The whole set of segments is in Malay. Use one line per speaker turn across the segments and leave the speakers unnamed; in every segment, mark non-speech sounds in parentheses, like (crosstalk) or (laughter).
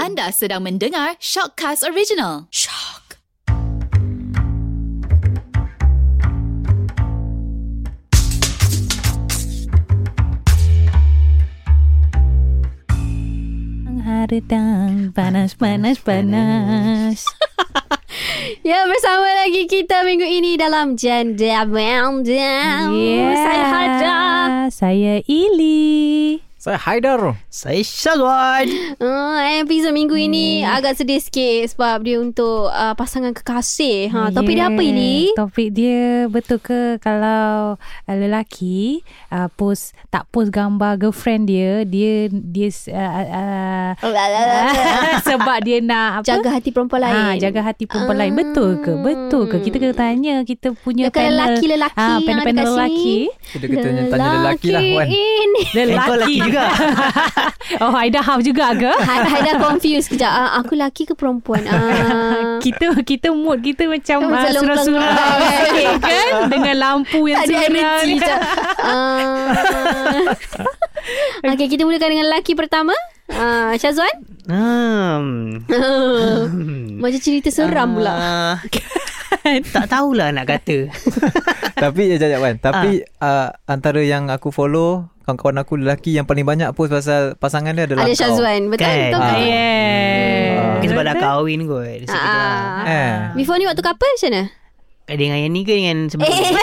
Anda sedang mendengar Shockcast Original. Shock.
Haridang panas panas panas.
Ya bersama lagi kita minggu ini dalam Janda Bandam Saya Hajar
Saya Ili.
Saya Haidar. Saya Syazwan.
uh, Episod minggu ini agak sedih sikit Sebab dia untuk uh, pasangan kekasih ha, Topik dia apa ini?
Topik dia betul ke kalau uh, lelaki uh, post tak post gambar girlfriend dia, dia dia uh, uh, (laughs) sebab dia nak apa?
Jaga hati perempuan
Ah,
lain Ah.
jaga hati perempuan lain. Betul ke? Betul ke? Kita kena tanya kita punya
Dekat
panel.
lelaki-lelaki
Ah,
yang ada
panel-panel
kat
lelaki.
sini.
Kita kena tanya lelaki lah Wan.
ini
Lelaki.
juga.
oh, Aida half juga ke?
Hai, hai Ha, dah confused kejap ah, Aku lelaki ke perempuan? Ah.
kita kita mood kita macam uh,
Macam lengkang. (laughs)
surah-surah sikit kan dengan lampu yang kan?
Tak ada
surah
energi
ni.
macam
(laughs)
ah. Okay kita mulakan dengan lelaki pertama ah, Syazwan
Hmm.
(laughs) Macam cerita seram pula
Ah, tak tahulah nak kata.
(laughs) Tapi ya jajak Wan. Tapi
Ah.
uh, antara yang aku follow kawan-kawan aku lelaki yang paling banyak post pasal pasangan dia adalah
Ada
kau.
Syazwan (laughs) Betul
Kan?
betul,
Ah,
betul.
Yeah.
Mungkin Hmm. sebab dah kahwin kot. So, kita
Ah.
lah.
Eh.
Before ni waktu couple macam mana?
dah- dengan yang ni ke dengan sebelum
Eh, (laughs)
ni?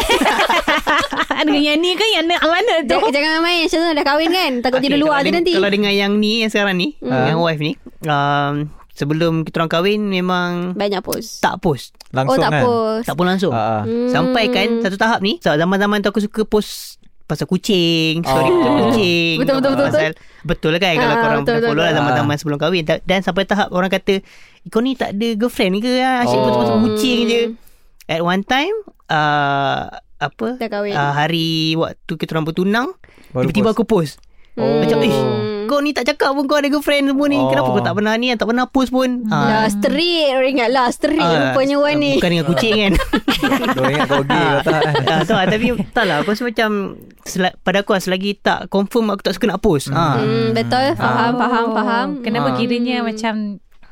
Dengan yang ni kan yang nak mana tu?
Jangan jangan main-main Syazwan dah kahwin kan Takut
Okey,
dia luar
kalau
tu
deng-
nanti Hmm.
Kalau dengan yang ni yang sekarang ni, yang wife ni, um, sebelum kita orang kahwin memang
Banyak post
tak post.
Oh
Langsung
tak
kan.
post
Tak pun langsung.
Ah, ah.
Sampai
Hmm.
kan satu tahap ni, so, zaman-zaman tu aku suka post pasal kucing, story
Oh.
pasal kucing.
Betul, betul, betul,
Pasal, betul lah kan kalau
Ah,
korang
betul,
pernah
betul,
follow lah
betul.
zaman-zaman sebelum kahwin. Ta- Dan sampai tahap orang kata, kau ni tak ada girlfriend ke lah? Asyik
Oh.
post pasal kucing je.
Hmm.
At one time, uh, apa
Dah kahwin.
Uh, hari waktu kita orang bertunang,
Baru
tiba-tiba
post.
aku post.
Hmm.
Oh.
Macam, "Eh." ish, kau ni tak cakap pun kau ada girlfriend semua ni.
Oh.
Kenapa kau tak pernah ni? Tak pernah post pun.
Lah
Ah.
straight Orang ingat lah Straight
Ah,
rupanya Wan ni
Bukan dengan kucing
(laughs)
kan
Dia ingat kau
Ah.
gay kau tak. eh.
(laughs) tak tahu lah Tapi tak lah Aku rasa macam sel- Pada aku lah Selagi tak confirm Aku tak suka nak post ha.
Hmm, betul faham
Oh.
faham faham. Hmm.
Kenapa
Ah.
kiranya macam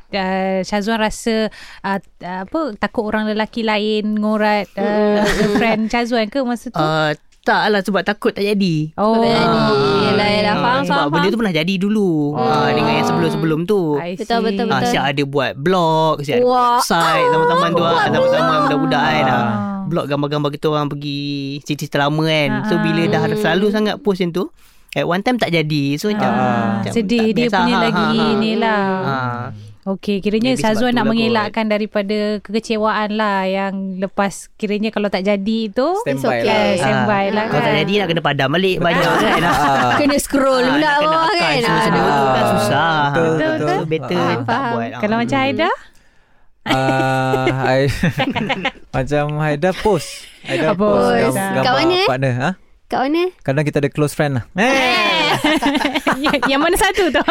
Uh, Syazwan rasa uh, uh, apa takut orang lelaki lain ngorat uh,
Hmm.
girlfriend Syazwan ke masa
Ah.
tu?
uh, Tak lah Sebab takut tak jadi
oh,
tak jadi. Yelah, yelah.
Ah,
Faham,
Sebab
faham,
benda
faham.
tu pernah jadi dulu ah, Dengan yang sebelum-sebelum tu
I see.
Betul, betul,
Ah,
betul.
Syah ada buat blog Syah ada
Wah.
buat website Teman-teman tu ah, Teman-teman budak-budak kan
Ah.
ah. Blog gambar-gambar kita orang pergi Cerita lama kan
Ah.
So bila dah selalu sangat post yang tu At one time tak jadi So macam,
Ah,
macam
sedih
tak
dia
biasa.
punya
Ha,
lagi
ha, ha.
ni lah.
Ah.
Okey, kiranya
Maybe
Sazwan nak
sebab tu lah
mengelakkan daripada kekecewaan lah yang lepas kiranya kalau tak jadi tu
Standby
It's okay.
lah.
eh, standby
Ah.
lah
Kalau
kan.
tak jadi nak kena padam balik Banyak kan
Ah.
Kena scroll
Ah,
pula
nak kena
bawah
akan
kan.
Semua-semua
Ah.
tu kan
Ah.
susah
Betul,
Ah,
betul. lah.
So better
Faham,
tak
faham.
buat
Kalau
Ah.
Hmm.
macam Aida, (laughs)
Ah, I, (laughs) macam Haida post. Haida
Apa?
post
Post.
gam- gambar
Kat mana, eh?
partner. Ha?
Kat mana?
Kadang kita ada close friend lah. Eh.
yang- yang mana satu tu?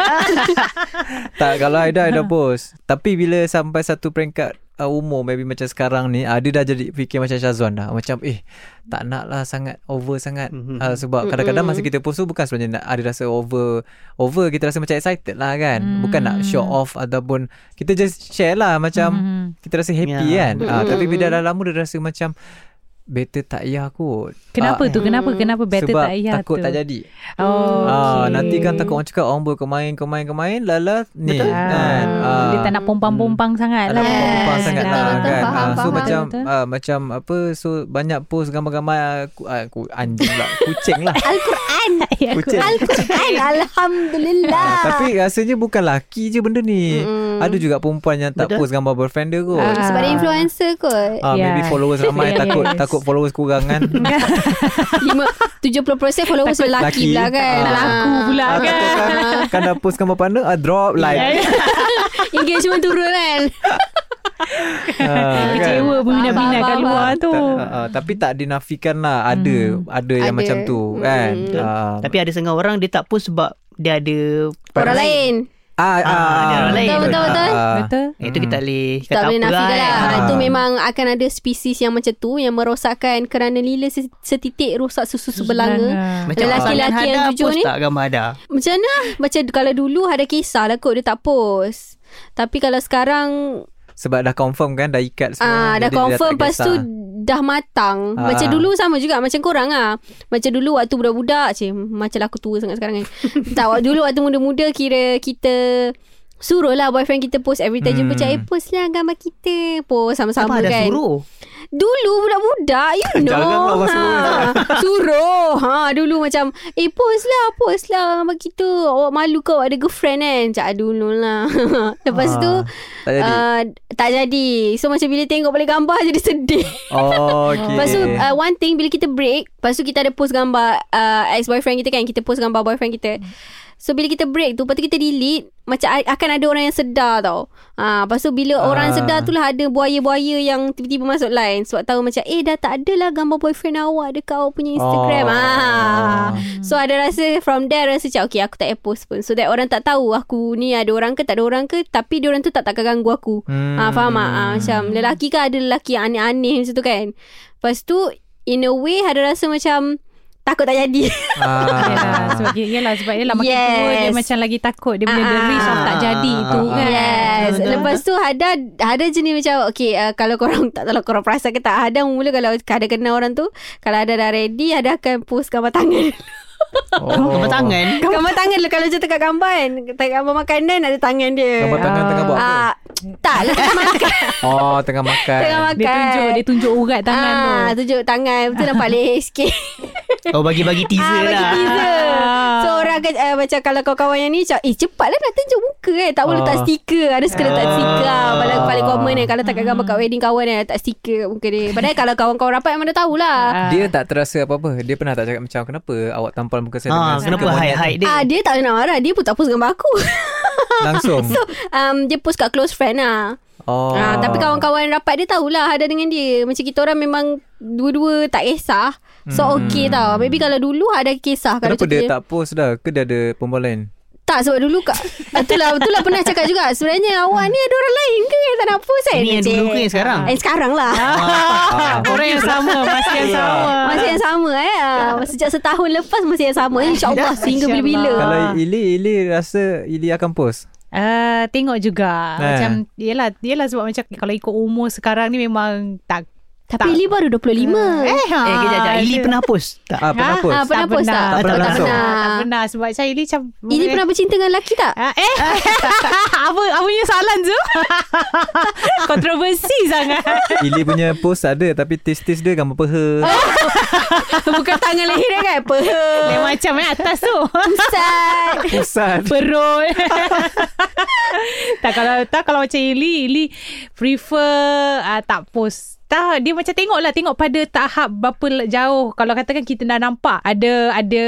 tak, kalau
Ha.
Haida, Haida post. Tapi bila sampai satu peringkat uh, umur, maybe macam sekarang ni, uh, dia dah jadi fikir macam Syazwan dah. Macam, eh, tak nak lah sangat, over sangat.
Mhm.
Uh, sebab kadang-kadang masa kita post tu, bukan sebenarnya nak ada rasa over. Over, kita rasa macam excited lah kan. Bukan nak show
Hmm.
off ataupun, kita just share
(laughs)
lah macam, kita rasa happy
Ya.
kan. Uh, tapi bila
Hmm.
dah lama, dia rasa macam, better tak payah kot.
Kenapa tu? Kenapa? Kenapa better
ah, hmm. sebab
tak payah
takut
tu?
tak jadi.
Oh, okey.
Ah, nanti kan takut orang cakap orang boleh kau main kau main kau main lala ni
Betul.
Ah,
kan. Ah, Hmm.
dia tak nak pompang-pompang sangat lah.
tak nak pompang sangat lah
betul, betul,
kan.
faham,
Ah, so
faham.
macam
Betul, betul.
ah, macam apa so banyak post gambar-gambar ah, aku, aku anjing lah kucing
(laughs)
lah.
Al-Quran.
(laughs) Ya, aku-
kucing.
Al-Quran. Alhamdulillah. (laughs)
Ah, tapi rasanya bukan laki je benda ni. Ada juga perempuan yang tak
Betul.
post gambar boyfriend dia kot.
Ah.
Sebab dia influencer kot
Ah, maybe
Yeah.
followers ramai
Yes.
takut takut followers kurang kan.
Lima- 70% followers lelaki
laki.
pula kan
Ah.
Laku pula
Ah,
kan.
takut kan, kan dah post gambar partner ah, drop
Ya,
like.
Engagement turun kan
Ah, kan?
Kecewa berminat-minat
Faham,
kat
faham,
luar tu.
Tak, uh, uh, tapi tak dinafikan lah ada ada
Ada.
yang
Hmm.
macam tu kan.
Ah, Tapi ada setengah orang Dia tak post sebab Dia ada
Orang lain
Ah,
Ah, dia orang lain.
Betul, betul, betul. Eh,
Ah, ah.
Betul?
Itu kita boleh
Tak boleh nafikan lah.
eh.
Ha,
Ah.
Itu memang akan ada spesies yang macam tu yang merosakkan kerana lila se- setitik rosak susu sebelanga.
Macam
Lelaki-lelaki
pasangan
yang
Hada
jujur
post
ni?
tak gambar Hada?
Macam mana? Macam kalau dulu ada kisah lah kot dia tak post. Tapi kalau sekarang
Sebab dah confirm kan Dah ikat semua
ah, dah
Jadi dia
confirm
tak
lepas tu
kisah.
dah matang.
Ah.
Macam dulu sama juga macam korang ah. Macam dulu waktu budak-budak cik, macam lah aku tua sangat
(laughs)
sekarang kan. tak waktu dulu waktu muda-muda kira kita Suruh lah boyfriend kita post Every time jumpa
Hmm.
cik Eh post lah gambar kita Post
Apa
sama-sama
Hada
kan
suruh?
Dulu budak-budak
(laughs)
You know
Janganlah awak suruh.
ha, Suruh ha, Dulu macam Eh post lah Post lah Sama kita Awak malu ke Awak ada girlfriend kan Cak dulu lah (laughs) Lepas
Ah,
tu
Tak jadi
Uh, tak jadi So macam bila tengok balik gambar (laughs) Jadi sedih
Oh okay.
Lepas tu uh, One thing Bila kita break Lepas tu kita ada post gambar uh, Ex-boyfriend kita kan Kita post gambar boyfriend kita So bila kita break tu Lepas tu kita delete Macam a- akan ada orang yang sedar tau ha, Lepas tu bila
Ah.
orang sedar tu lah Ada buaya-buaya yang Tiba-tiba masuk line Sebab tahu macam Eh dah tak ada lah Gambar boyfriend awak Dekat awak punya Instagram
Oh.
oh. ha. So ada rasa From there rasa macam Okay aku tak payah post pun So that orang tak tahu Aku ni ada orang ke Tak ada orang ke Tapi dia orang tu tak takkan ganggu aku
hmm.
Ah faham tak? Ah, macam lelaki kan ada lelaki yang aneh-aneh macam tu kan. Lepas tu in a way ada rasa macam takut tak jadi.
Yelah, (laughs)
Ah.
sebab, yelah, sebab yelah makin yes. tua dia
Yes.
macam lagi takut. Dia punya the
Ah,
risk of
ah,
tak jadi
ah,
tu
ah,
kan.
(laughs) yes.
Betul, betul.
Lepas tu ada ada jenis macam okay uh, kalau korang (laughs) tak tahu lah korang perasan ke tak ada mula kalau ada kenal orang tu kalau ada dah ready ada akan post gambar tangan.
Oh.
Gambar tangan?
(laughs) gambar tangan lah kalau je tengah gambar kan. Tengah gambar makanan ada tangan dia.
Gambar tangan
Ah.
tengah buat apa
Ah, tak (laughs) lah tengah makan.
Oh tengah makan
tengah makan.
Dia tunjuk, dia tunjuk urat tangan
Kan? ah,
tu.
tunjuk tangan. Betul
(laughs)
nampak leher sikit.
Oh bagi-bagi teaser
Ah,
lah.
bagi teaser.
Ah.
So orang akan uh, macam kalau kawan-kawan yang ni macam eh cepatlah nak tunjuk muka eh. Tak boleh
Ah.
letak stiker. Ada suka letak
Ah.
stiker. Ah. Paling, paling common eh. Kalau tak kat gambar kat wedding kawan eh. Letak stiker kat muka dia. Padahal kalau kawan-kawan rapat lah. memang dah tahulah.
Ah.
Dia tak terasa apa-apa Dia pernah tak cakap macam Kenapa awak tampal muka saya
Ha,
dengan
kenapa
stiker monyet tu?"
hide-hide
Dia.
dia?
Ah, dia tak nak marah. Dia pun tak post gambar aku. (laughs)
Langsung
so um, dia post kat close friend lah.
oh.
Oh. Ah, tapi kawan-kawan rapat dia tahulah ada dengan dia. Macam kita orang memang dua-dua tak kisah. So
Hmm.
okey tau. Maybe kalau dulu ada kisah. Kalau
Kenapa
macam
dia
tu je.
tak post dah Ke dia ada perempuan lain
Tak sebab dulu ah, kak Itulah, itulah lah, pernah cakap juga Sebenarnya awak ni ada orang lain ke Yang tak nak post kan
Ini yang
Cik?
dulu ke yang sekarang?
Eh sekarang lah
ah.
Orang yang sama, masih yang
Ya.
sama.
Masih yang sama eh Ah, Sejak setahun lepas Masih yang sama InsyaAllah Sehingga
Insya
bila-bila
Allah.
Kalau Ili Ili rasa Ili akan post
Uh, tengok juga
Eh.
Macam Yelah Yelah sebab macam Kalau ikut umur sekarang ni Memang tak
Tapi Ili baru 25 eh,
Eh, kejap, kejap. Ili
dia-
pernah post tak?
Ah pernah
Ah,
post
ah, pernah
Tak
post
pernah.
tak?
Tak pernah
tak
langsung.
pernah.
Tak pernah Sebab saya Ili macam
Ili pernah bercinta dengan lelaki tak?
Ah, eh (laughs) Apa Apa punya soalan tu (laughs) Kontroversi sangat
Ili punya post ada Tapi tis-tis dia gambar peha
Bukan tangan leher dia kan? Apa?
Lain macam eh Atas tu
(laughs) Pusat.
Pusat
Perut (laughs) Tak kalau tak kalau macam Ili Ili prefer uh, tak post tak dia macam tengok lah tengok pada tahap berapa le- jauh kalau katakan kita dah nampak ada ada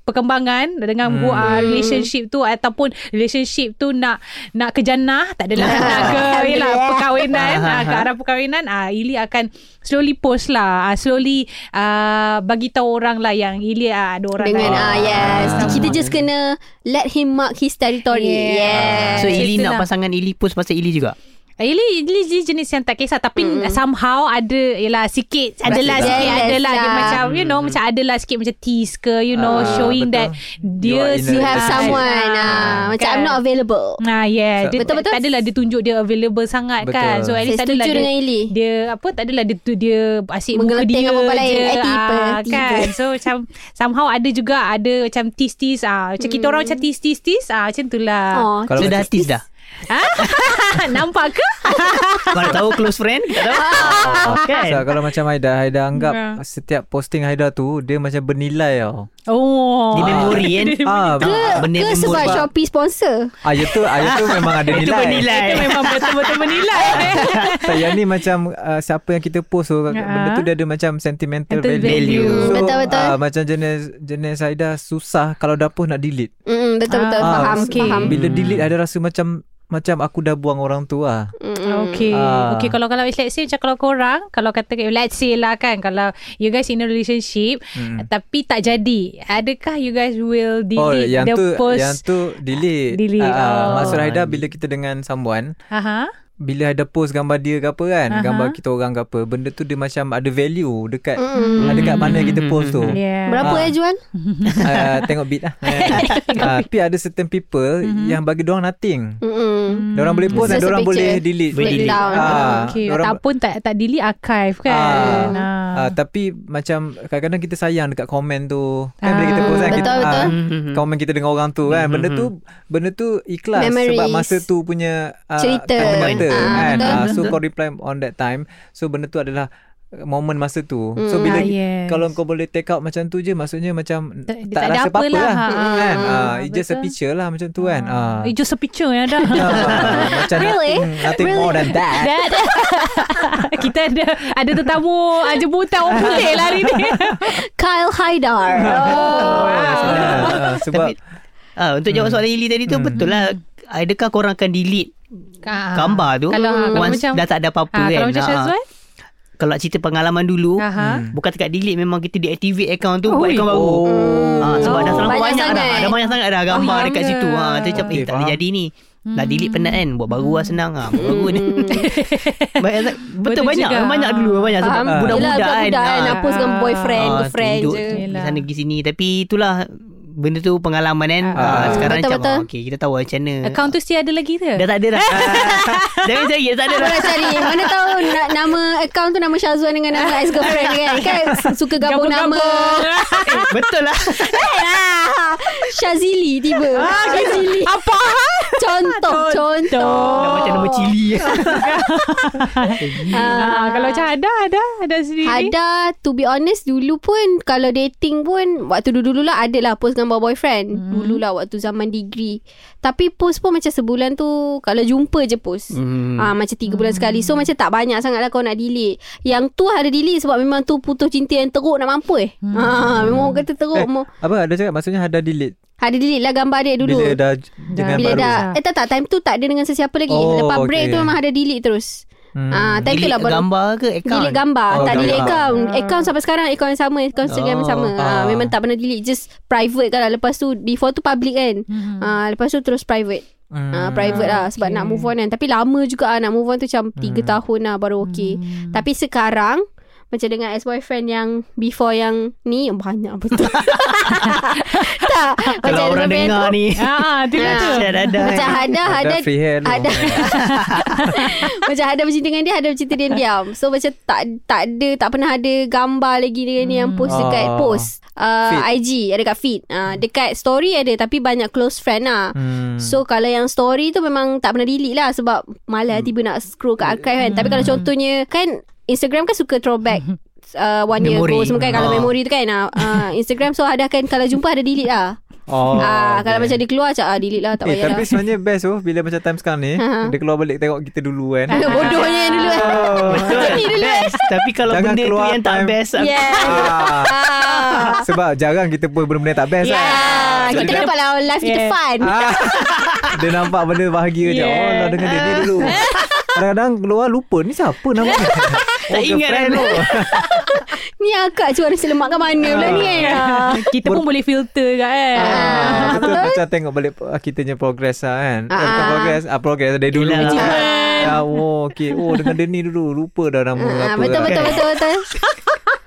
perkembangan dengan hmm. uh, relationship tu ataupun relationship tu nak nak ke jannah tak (laughs) adalah nak ke yalah, perkahwinan uh, ke arah perkahwinan uh, Ili akan slowly post lah uh, slowly uh, bagi tahu orang lah yang Ili uh, ada orang lain.
Dengan ah yes. Kita just kena let him mark his territory.
Yeah.
Yeah.
So Ili
Itulah.
nak pasangan Ili post pasal Ili juga?
Ili, Ili dia jenis yang tak kisah Tapi mm. somehow ada Yelah sikit Adalah
lah.
Rasa
sikit
dah.
Adalah dia
Yes lah.
macam You know Macam adalah sikit Macam tease ke You know
Ah,
Showing
betul.
that
You
Dia
are in a
si-
You have
Ah,
someone. Ah, macam I'm not available.
Nah Ah, yeah dia,
Betul, betul.
Tak adalah dia tunjuk dia available sangat
Betul.
kan So at least
Saya
adalah
setuju
dia,
dengan Ili.
Dia apa Tak adalah dia, tu, dia Asyik muka
Menggeleng
dia
dengan perempuan
je,
lain. Eh, tipe,
ah,
tipe.
Kan So macam Somehow ada juga Ada macam tease-tease ah. Macam kita orang
Hmm.
macam tease-tease-tease ah, Macam tu lah Ah?
Oh,
Kalau
So dah
macam-
tease dah?
(laughs) Nampak ke?
Kalau tahu close friend, tak tahu.
(laughs)
Kan?
So, kalau macam Haida Haida anggap
Ya.
Setiap posting Haida tu Dia macam bernilai tau
Oh
Di memori kan?
Ah,
Ke, benda
Ke
memori.
sebab Shopee sponsor
Ayat tu Ayat tu memang ada
Itu
nilai
bernilai.
Itu memang betul-betul menilai
Ah.
eh.
Tak, yang ni macam uh, siapa yang kita post tu
Ha.
benda tu dia ada macam sentimental
Mental
value.
value.
So,
Betul, betul.
Uh, macam jenis jenis Aida susah kalau dah post nak delete.
mm, Betul-betul
Ah,
Faham
okay.
Faham
Bila delete ada rasa macam macam aku dah buang orang tu lah.
Mm, mm.
Okay
Ah.
Okay kalau kalau let's say macam kalau korang Kalau kata let's say lah kan Kalau you guys in a relationship
Mm.
Tapi tak jadi Adakah you guys will delete
Oh yang
the
tu
post
Yang tu delete,
Delete,
Ah,
oh.
Maksud Haida bila kita dengan someone
Aha.
Bila Haida post gambar dia ke apa kan
Aha.
Gambar kita orang ke apa Benda tu dia macam ada value Dekat
Hmm.
Mm.
Mm-mm.
ah, Dekat mana kita post tu
Yeah
Berapa
Ah.
eh Juan?
(laughs) Ah, Tengok beat
(laughs)
lah Ah, Tapi ada certain people
Hmm.
Yang bagi diorang nothing
Mm.
Mm-mm.
Diorang boleh post
Just
Dan
a
diorang boleh
picture.
delete
Boleh delete.
Down.
Ah,
Okay
diorang-
Tak pun tak, tak delete archive kan
Ah.
Ah.
Ah, tapi macam kadang-kadang kita sayang dekat komen tu. Kan bila kita
Ah,
post kan kita
betul, betul.
Mm-hmm.
komen kita dengan orang tu kan. Benda tu benda tu ikhlas sebab
Memories.
masa tu punya ah,
Cerita.
kata-kata
Ah,
kan.
betul.
Ah, so kau reply on that time. So benda tu adalah ah, momen masa tu. So
Ah,
bila
yes.
kalau kau boleh take out macam tu je maksudnya macam
Tak-
tak,
tak ada
rasa apa-apa lah.
apalah. Ah,
kan. Ah, it's just a
betul.
picture lah macam tu kan. (laughs) Ah.
It's just a picture yang ada
(laughs) Ah, macam
Really?
nothing, nothing more than that.
That (laughs) Kita ada Ada tetamu ah, Jemputan orang putih lah hari ni
Kyle
(laughs)
Haidar. Mm.
Oh
Ah, ah, sebab Hmm.
Tapi- Ah, untuk jawab soalan Ili tadi tu betul lah. Adakah korang akan delete
Ah.
gambar tu
Kalau, kalau
once
macam
dah tak ada apa-apa
ah,
kan?
Kalau macam
Ah,
Syazwan
Kalau nak cerita pengalaman dulu,
Aha.
bukan dekat delete memang kita deactivate account tu buat
Ui.
account baru.
Hmm. Oh.
Ah, sebab dah
Oh.
terlalu
Banyak
banyak, dah.
sangat.
Ada banyak sangat dah gambar
Oh,
dekat
ya. Hmm.
situ. Ha, tu macam eh,
Okay,
tak boleh
faham.
jadi ni. Dah delete penat kan Buat baru lah senang ha, Buat
(laughs)
baru ni Banyak sangat- Betul
Betul
banyak
juga.
Banyak dulu Banyak sebab ah,
Faham?
budak-budak
Yelah,
kan
budak-budak kan.
ah.
Apa dengan boyfriend,
Ah,
girlfriend
tunjuk
je.
Pergi
Yelah.
sana pergi sini Tapi itulah Benda tu pengalaman kan
Ah.
ah. Sekarang
Betul,
macam
betul.
ah, Okay kita tahu macam mana
Account tu still ada lagi ke?
Dah tak ada dah (laughs) Jangan cari dah "Ya,
(laughs)
Tak ada dah
Korang cari Mana tahu na- Nama account tu Nama Syazwan Dengan nama ex girlfriend kan Kan suka gabung nama
eh, Betul lah
Ah, Syazili tiba
Ah,
Syazili
Apa?
Contoh Contoh
Dah Macam nama cili (laughs)
Ah, kalau macam ada ada ada sendiri.
Ada To be honest Dulu pun Kalau dating pun Waktu dulu-dulu lah Ada lah post gambar boyfriend hmm. Dulu lah Waktu zaman degree Tapi post pun macam sebulan tu Kalau jumpa je post hmm. ah, Macam tiga bulan sekali So macam tak banyak sangat lah Kau nak delete Yang tu ada delete Sebab memang tu Putus cinta yang teruk Nak mampu eh hmm. ah, Memang orang kata teruk
Eh,
eh.
apa ada cakap maksudnya ada delete
Ada delete lah gambar dia dulu
bila dah j- dengan
Bila
baru.
dah Eh tak tak Time tu tak ada dengan sesiapa lagi
Oh,
Lepas break
okay.
tu memang ada delete terus
Hmm.
Ah, Time tu
Delete
lah baru
gambar ke account
Delete gambar
Oh,
oh, Tak
gambar.
delete account Account sampai sekarang Account yang sama Account Instagram yang
Oh,
sama
ah.
ah. Memang tak pernah delete Just private kan lah Lepas tu Before tu public kan
Mhm.
ah, Lepas tu terus private
Hmm.
ah, Private lah Sebab
okay.
nak move on kan Tapi lama juga ah, Nak move on tu macam 3 tahun lah Baru okay
Hmm.
Tapi sekarang macam dengan ex-boyfriend yang Before yang Ni Banyak betul Tak macam
Kalau orang
ex-boyfriend
dengar ni
Ah, tu lah tu.
Syah (laughs) dah ada (laughs)
Macam (laughs) Hada
ada
Hada
free hair dulu.
ada Macam ada (laughs) bercinta dengan dia Ada bercinta dengan
(laughs)
diam So macam tak tak ada Tak pernah ada gambar lagi dengan dia Yang post dekat
Ah.
post
Feed.
uh, IG Ada dekat feed uh, Dekat story ada Tapi banyak close friend lah
Hmm.
So kalau yang story tu memang tak pernah delete lah Sebab malah
Hmm.
tiba nak scroll kat archive kan Tapi kalau contohnya kan Instagram kan suka
(laughs)
throwback Uh, one year
Memory.
ago semua kan Kalau
Ah.
memory tu kan uh, uh, Instagram so ada kan Kalau jumpa ada delete lah
oh,
oh, uh, Kalau
okay.
macam dia keluar Macam ah, delete lah tak
eh,
payah
tapi
lah
sebenarnya best tu bila macam time sekarang ni
Ha-ha.
dia keluar balik tengok kita dulu
(laughs)
kan.
lah."
(laughs)
Bodohnya yang dulu kan
Oh.
Betul Best Tapi kalau
Jangan
benda tu
keluar
yang tak
time.
best aku-
Yeah
Ah,
Ah.
sebab jarang kita pun benda-benda yang tak best
Yeah,
kan.
kita
Jadi-
dapat lah life kita
Yeah.
fun.
Ah, dia nampak benda bahagia je.
Yeah.
Oh lah dengan dia ni
Uh.
dulu. Kadang-kadang keluar lupa ni siapa
(laughs)
nama Ah, ni?
Tak ingat
girlfriend
dah.
tu.
Ni akak cuara selemak kat mana pula ni kan.
Kita pun boleh filter kan.
Ah,
Ah,
betul
betul.
macam tengok balik ah, kita punya progress lah kan. Ah. Eh, bukan
Ah.
progress, ah, progress dari dulu.
Yelah.
Ah, oh, okay. Oh, dengan dia ni dulu. Lupa dah nama
Ah,
apa.
betul,
kan.
betul, betul, betul.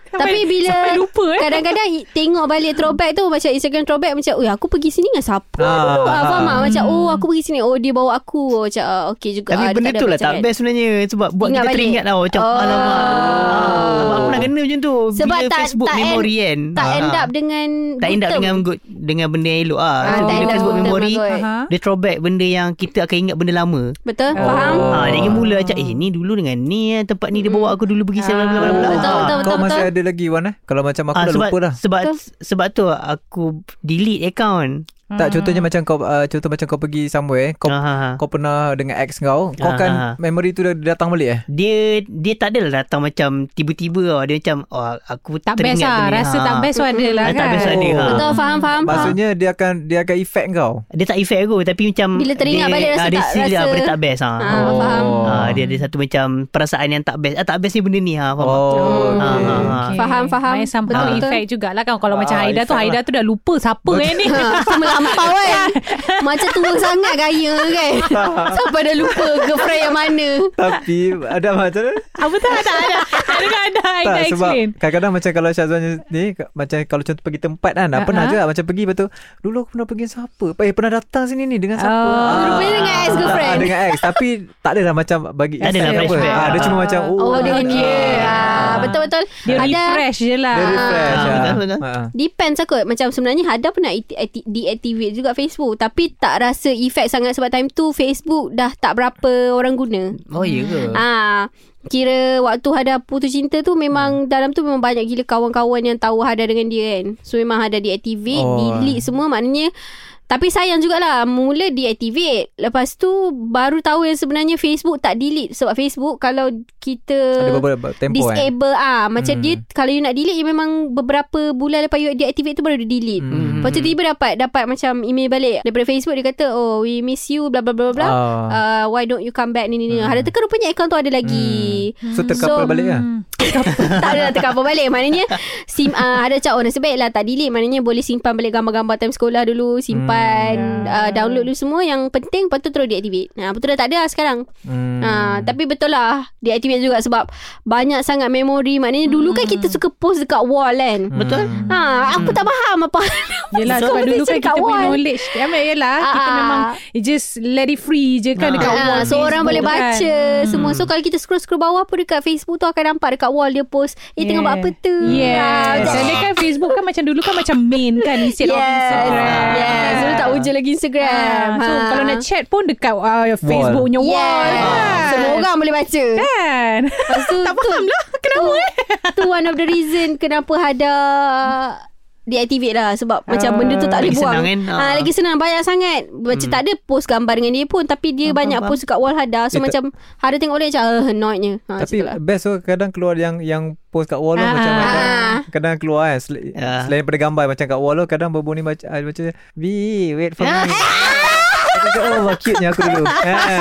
Tapi bila
sampai lupa, eh.
kadang-kadang i- tengok balik throwback tu macam Instagram throwback macam oi aku pergi sini dengan siapa
Ah,
dulu ah, faham
ah.
tak macam oh aku pergi sini oh dia bawa aku oh, macam ah, okey juga
Tapi
ah, dia
benda
ada
tu lah
macam
tak
kan.
best sebenarnya Sebab buat
Ingat
kita
balik.
teringat tau Macam
Oh.
alamak ah, sebab Aku nak kena macam tu
Sebab
Bila
tak-
Facebook
tak end-
memory kan
tak end
Ah.
up dengan
Tak end up
bottom.
dengan good, dengan benda yang elok ah.
Ah,
So,
tak
bila
end up
Facebook
dengan
memory
good.
Aha.
Ha?
Dia throwback benda yang kita akan ingat benda lama
betul
Oh.
faham
Oh.
Oh.
Ha, dia ingat mula macam Eh ni dulu dengan ni eh, Tempat ni dia bawa aku dulu pergi sana bla bla bla.
Betul,
Ah.
betul,
Kau
betul,
masih
betul.
ada lagi Wan eh? Kalau macam aku
Ah,
dah
sebab,
lupa dah.
Sebab sebab tu aku delete account.
Tak contohnya macam kau uh, contoh macam kau pergi somewhere eh, kau
Ah, ah, ah.
kau pernah dengan ex kau kau
Ah, ah, ah.
kan memory tu dah datang balik eh.
Dia dia tak adalah datang macam tiba-tiba tau. Dia macam oh, aku
Tak best
teringat
lah
benda ni.
Rasa tak
Ha.
best pun ada lah
Ah,
kan
Tak best ada.
Oh.
ha.
Betul faham faham faham.
Maksudnya dia akan dia akan effect kau.
Dia tak efek aku tapi macam
Bila teringat
dia,
balik rasa
ah, dia
tak-
seal
rasa-
lah, benda tak best ha.
Ah, faham.
Oh.
Ah, dia ada satu macam perasaan yang tak best. Ah, tak best ni benda ni ha. Faham. tak?
Oh.
Ah,
Okay.
ah, ah.
Okay.
Faham, faham.
Main somehow
Betul,
betul,
betul.
effect jugalah kan Kalau macam
Ah,
Haida tu
effect
Haida tu dah lupa Siapa eh
(laughs)
ni
Ha, tu
(laughs)
melampau kan Macam tua sangat gaya kan Sampai dah lupa girlfriend yang mana
Tapi ada macam mana?
Apa tak ada ada Ada ada Haida
tak sebab
explain
kadang-kadang macam kalau Syazwan ni ka- macam kalau contoh pergi tempat kan uh-huh.
Ah,
pernah
ah.
je lah, macam pergi lepas tu dulu aku pernah pergi dengan siapa eh pernah datang sini ni dengan siapa
Oh.
Ah.
Rupanya dengan ex-girlfriend.
Ah, dengan ex tapi tak adalah macam bagi
Tak adalah
effect apa.
flashback.
Ah, dia cuma macam oh,
Oh, dengan dia Ah, Betul-betul
Dia
Ada-
refresh je lah
dia refresh
Ah,
ah.
betul, betul.
Ah, ah.
Depends lah kot Macam sebenarnya Hada pun nak ati- ati- deactivate juga Facebook Tapi tak rasa efek sangat Sebab time tu Facebook dah tak berapa orang guna
Oh, iya ke?
Ah, Kira waktu Hada putus cinta tu
Hmm.
Memang dalam tu memang banyak gila kawan-kawan Yang tahu Hada dengan dia kan So memang Hada deactivate
Oh.
Delete semua maknanya tapi sayang jugalah Mula deactivate Lepas tu Baru tahu yang sebenarnya Facebook tak delete Sebab Facebook Kalau kita
ada beberapa tempo kan
disable ah macam
Hmm.
dia kalau you nak delete you memang beberapa bulan lepas you deactivate tu baru dia delete. Hmm.
Hmm.
Lepas tu tiba dapat dapat macam email balik daripada Facebook dia kata oh we miss you bla bla bla bla.
Ah.
Uh, why don't you come back ni ni ni. Hmm. Ada tekan rupanya account tu ada lagi. Hmm.
so terkapal
So,
balik lah
Hmm.
tak ada lah tekan apa balik. Maknanya sim uh, ada cakap oh nasib baik lah tak delete. Maknanya boleh simpan balik gambar-gambar time sekolah dulu, simpan hmm. uh, download dulu semua yang penting lepas tu terus deactivate. Nah, betul dah tak ada lah sekarang.
Hmm.
Ha, tapi betul lah Deactivate juga sebab Banyak sangat memori Maknanya dulu kan kita suka post dekat wall kan
Betul?
Ha, aku tak faham apa (laughs)
Yelah sebab dulu kan
conversation
kita
kat
punya
wall.
knowledge I mean, Yelah kita
Ah.
memang you Just let it free je kan Dekat wall
ha, So orang
Facebook
boleh
kan.
baca Semua So kalau kita scroll-scroll bawah pun Dekat Facebook tu akan nampak Dekat wall dia post Eh tengah buat apa tu
Yeah
Ah, macam-
Jadi kan Facebook kan Macam dulu kan Macam main kan Instead of Instagram
Yes Dulu tak wujud lagi Instagram
Ah, So
Ha.
kalau nak chat pun Dekat uh, Facebook punya
Yes.
wall kan.
Semua orang boleh baca
Kan
Lepas tu
Tak faham lah Kenapa eh
tu one of the reason kenapa Hada deactivate lah sebab uh, macam benda tu tak boleh
lagi
buang.
senang kan?
Ah,
Ah.
lagi senang banyak sangat. Macam
Hmm.
tak ada post gambar dengan dia pun tapi dia banyak
lah.
post dekat wall Hada. So
Eh,
macam Hada tengok boleh macam uh, annoyednya. Ha
Tapi
macam tu lah.
best tu kadang keluar yang yang post kat wall tu
Ah.
macam macam
Ah.
kadang keluar kan sel-
Ah.
selain daripada gambar macam kat wall tu kadang berbunyi macam ah, macam B wait for me. Aku cakap oh wah, cute ni aku dulu. Ha. Ha,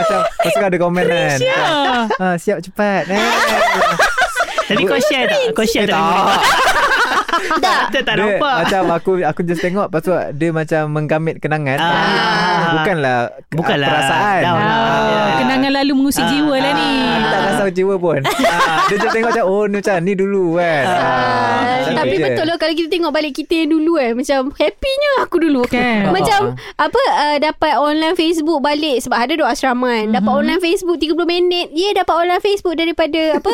macam lepas tu ada komen kan. Ha, siap cepat. Ha.
Tapi kau share tak? Kau
Eh,
share tak?
Eh, Tak.
Tak, tak
dia,
nampak.
macam aku aku just tengok lepas tu dia macam menggamit kenangan.
Ah.
Bukanlah
Bukanlah.
perasaan.
Down lah.
Ah,
Ah.
Kenangan lalu mengusik
Ah,
jiwa lah
ah,
ni
Aku tak rasa jiwa
(laughs)
pun. Ah, dia just tengok macam oh ni macam ni dulu kan. Ah,
Ah,
macam
tapi
tu je.
betul lah kalau kita tengok balik kita yang dulu eh macam happynya aku dulu
(laughs)
Kan.
macam apa uh, dapat online Facebook balik sebab ada duk asrama kan
Mhm.
dapat online Facebook 30 minit ye dapat online Facebook daripada apa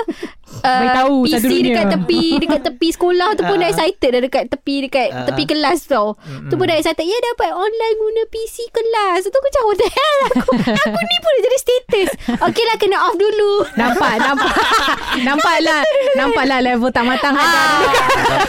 uh,
(laughs) Beritahu
PC
satu dunia. Ah.
dekat tepi
(laughs)
dekat tepi sekolah tu pun dah excited dah dekat tepi dekat tepi kelas tau tu pun dah excited ye dapat online guna PC kelas tu aku macam what the hell (laughs) aku aku ni pun dah jadi status okey lah kena off dulu
Nampak Nampak (laughs) Nampak lah Nampak lah level tak matang
Ah.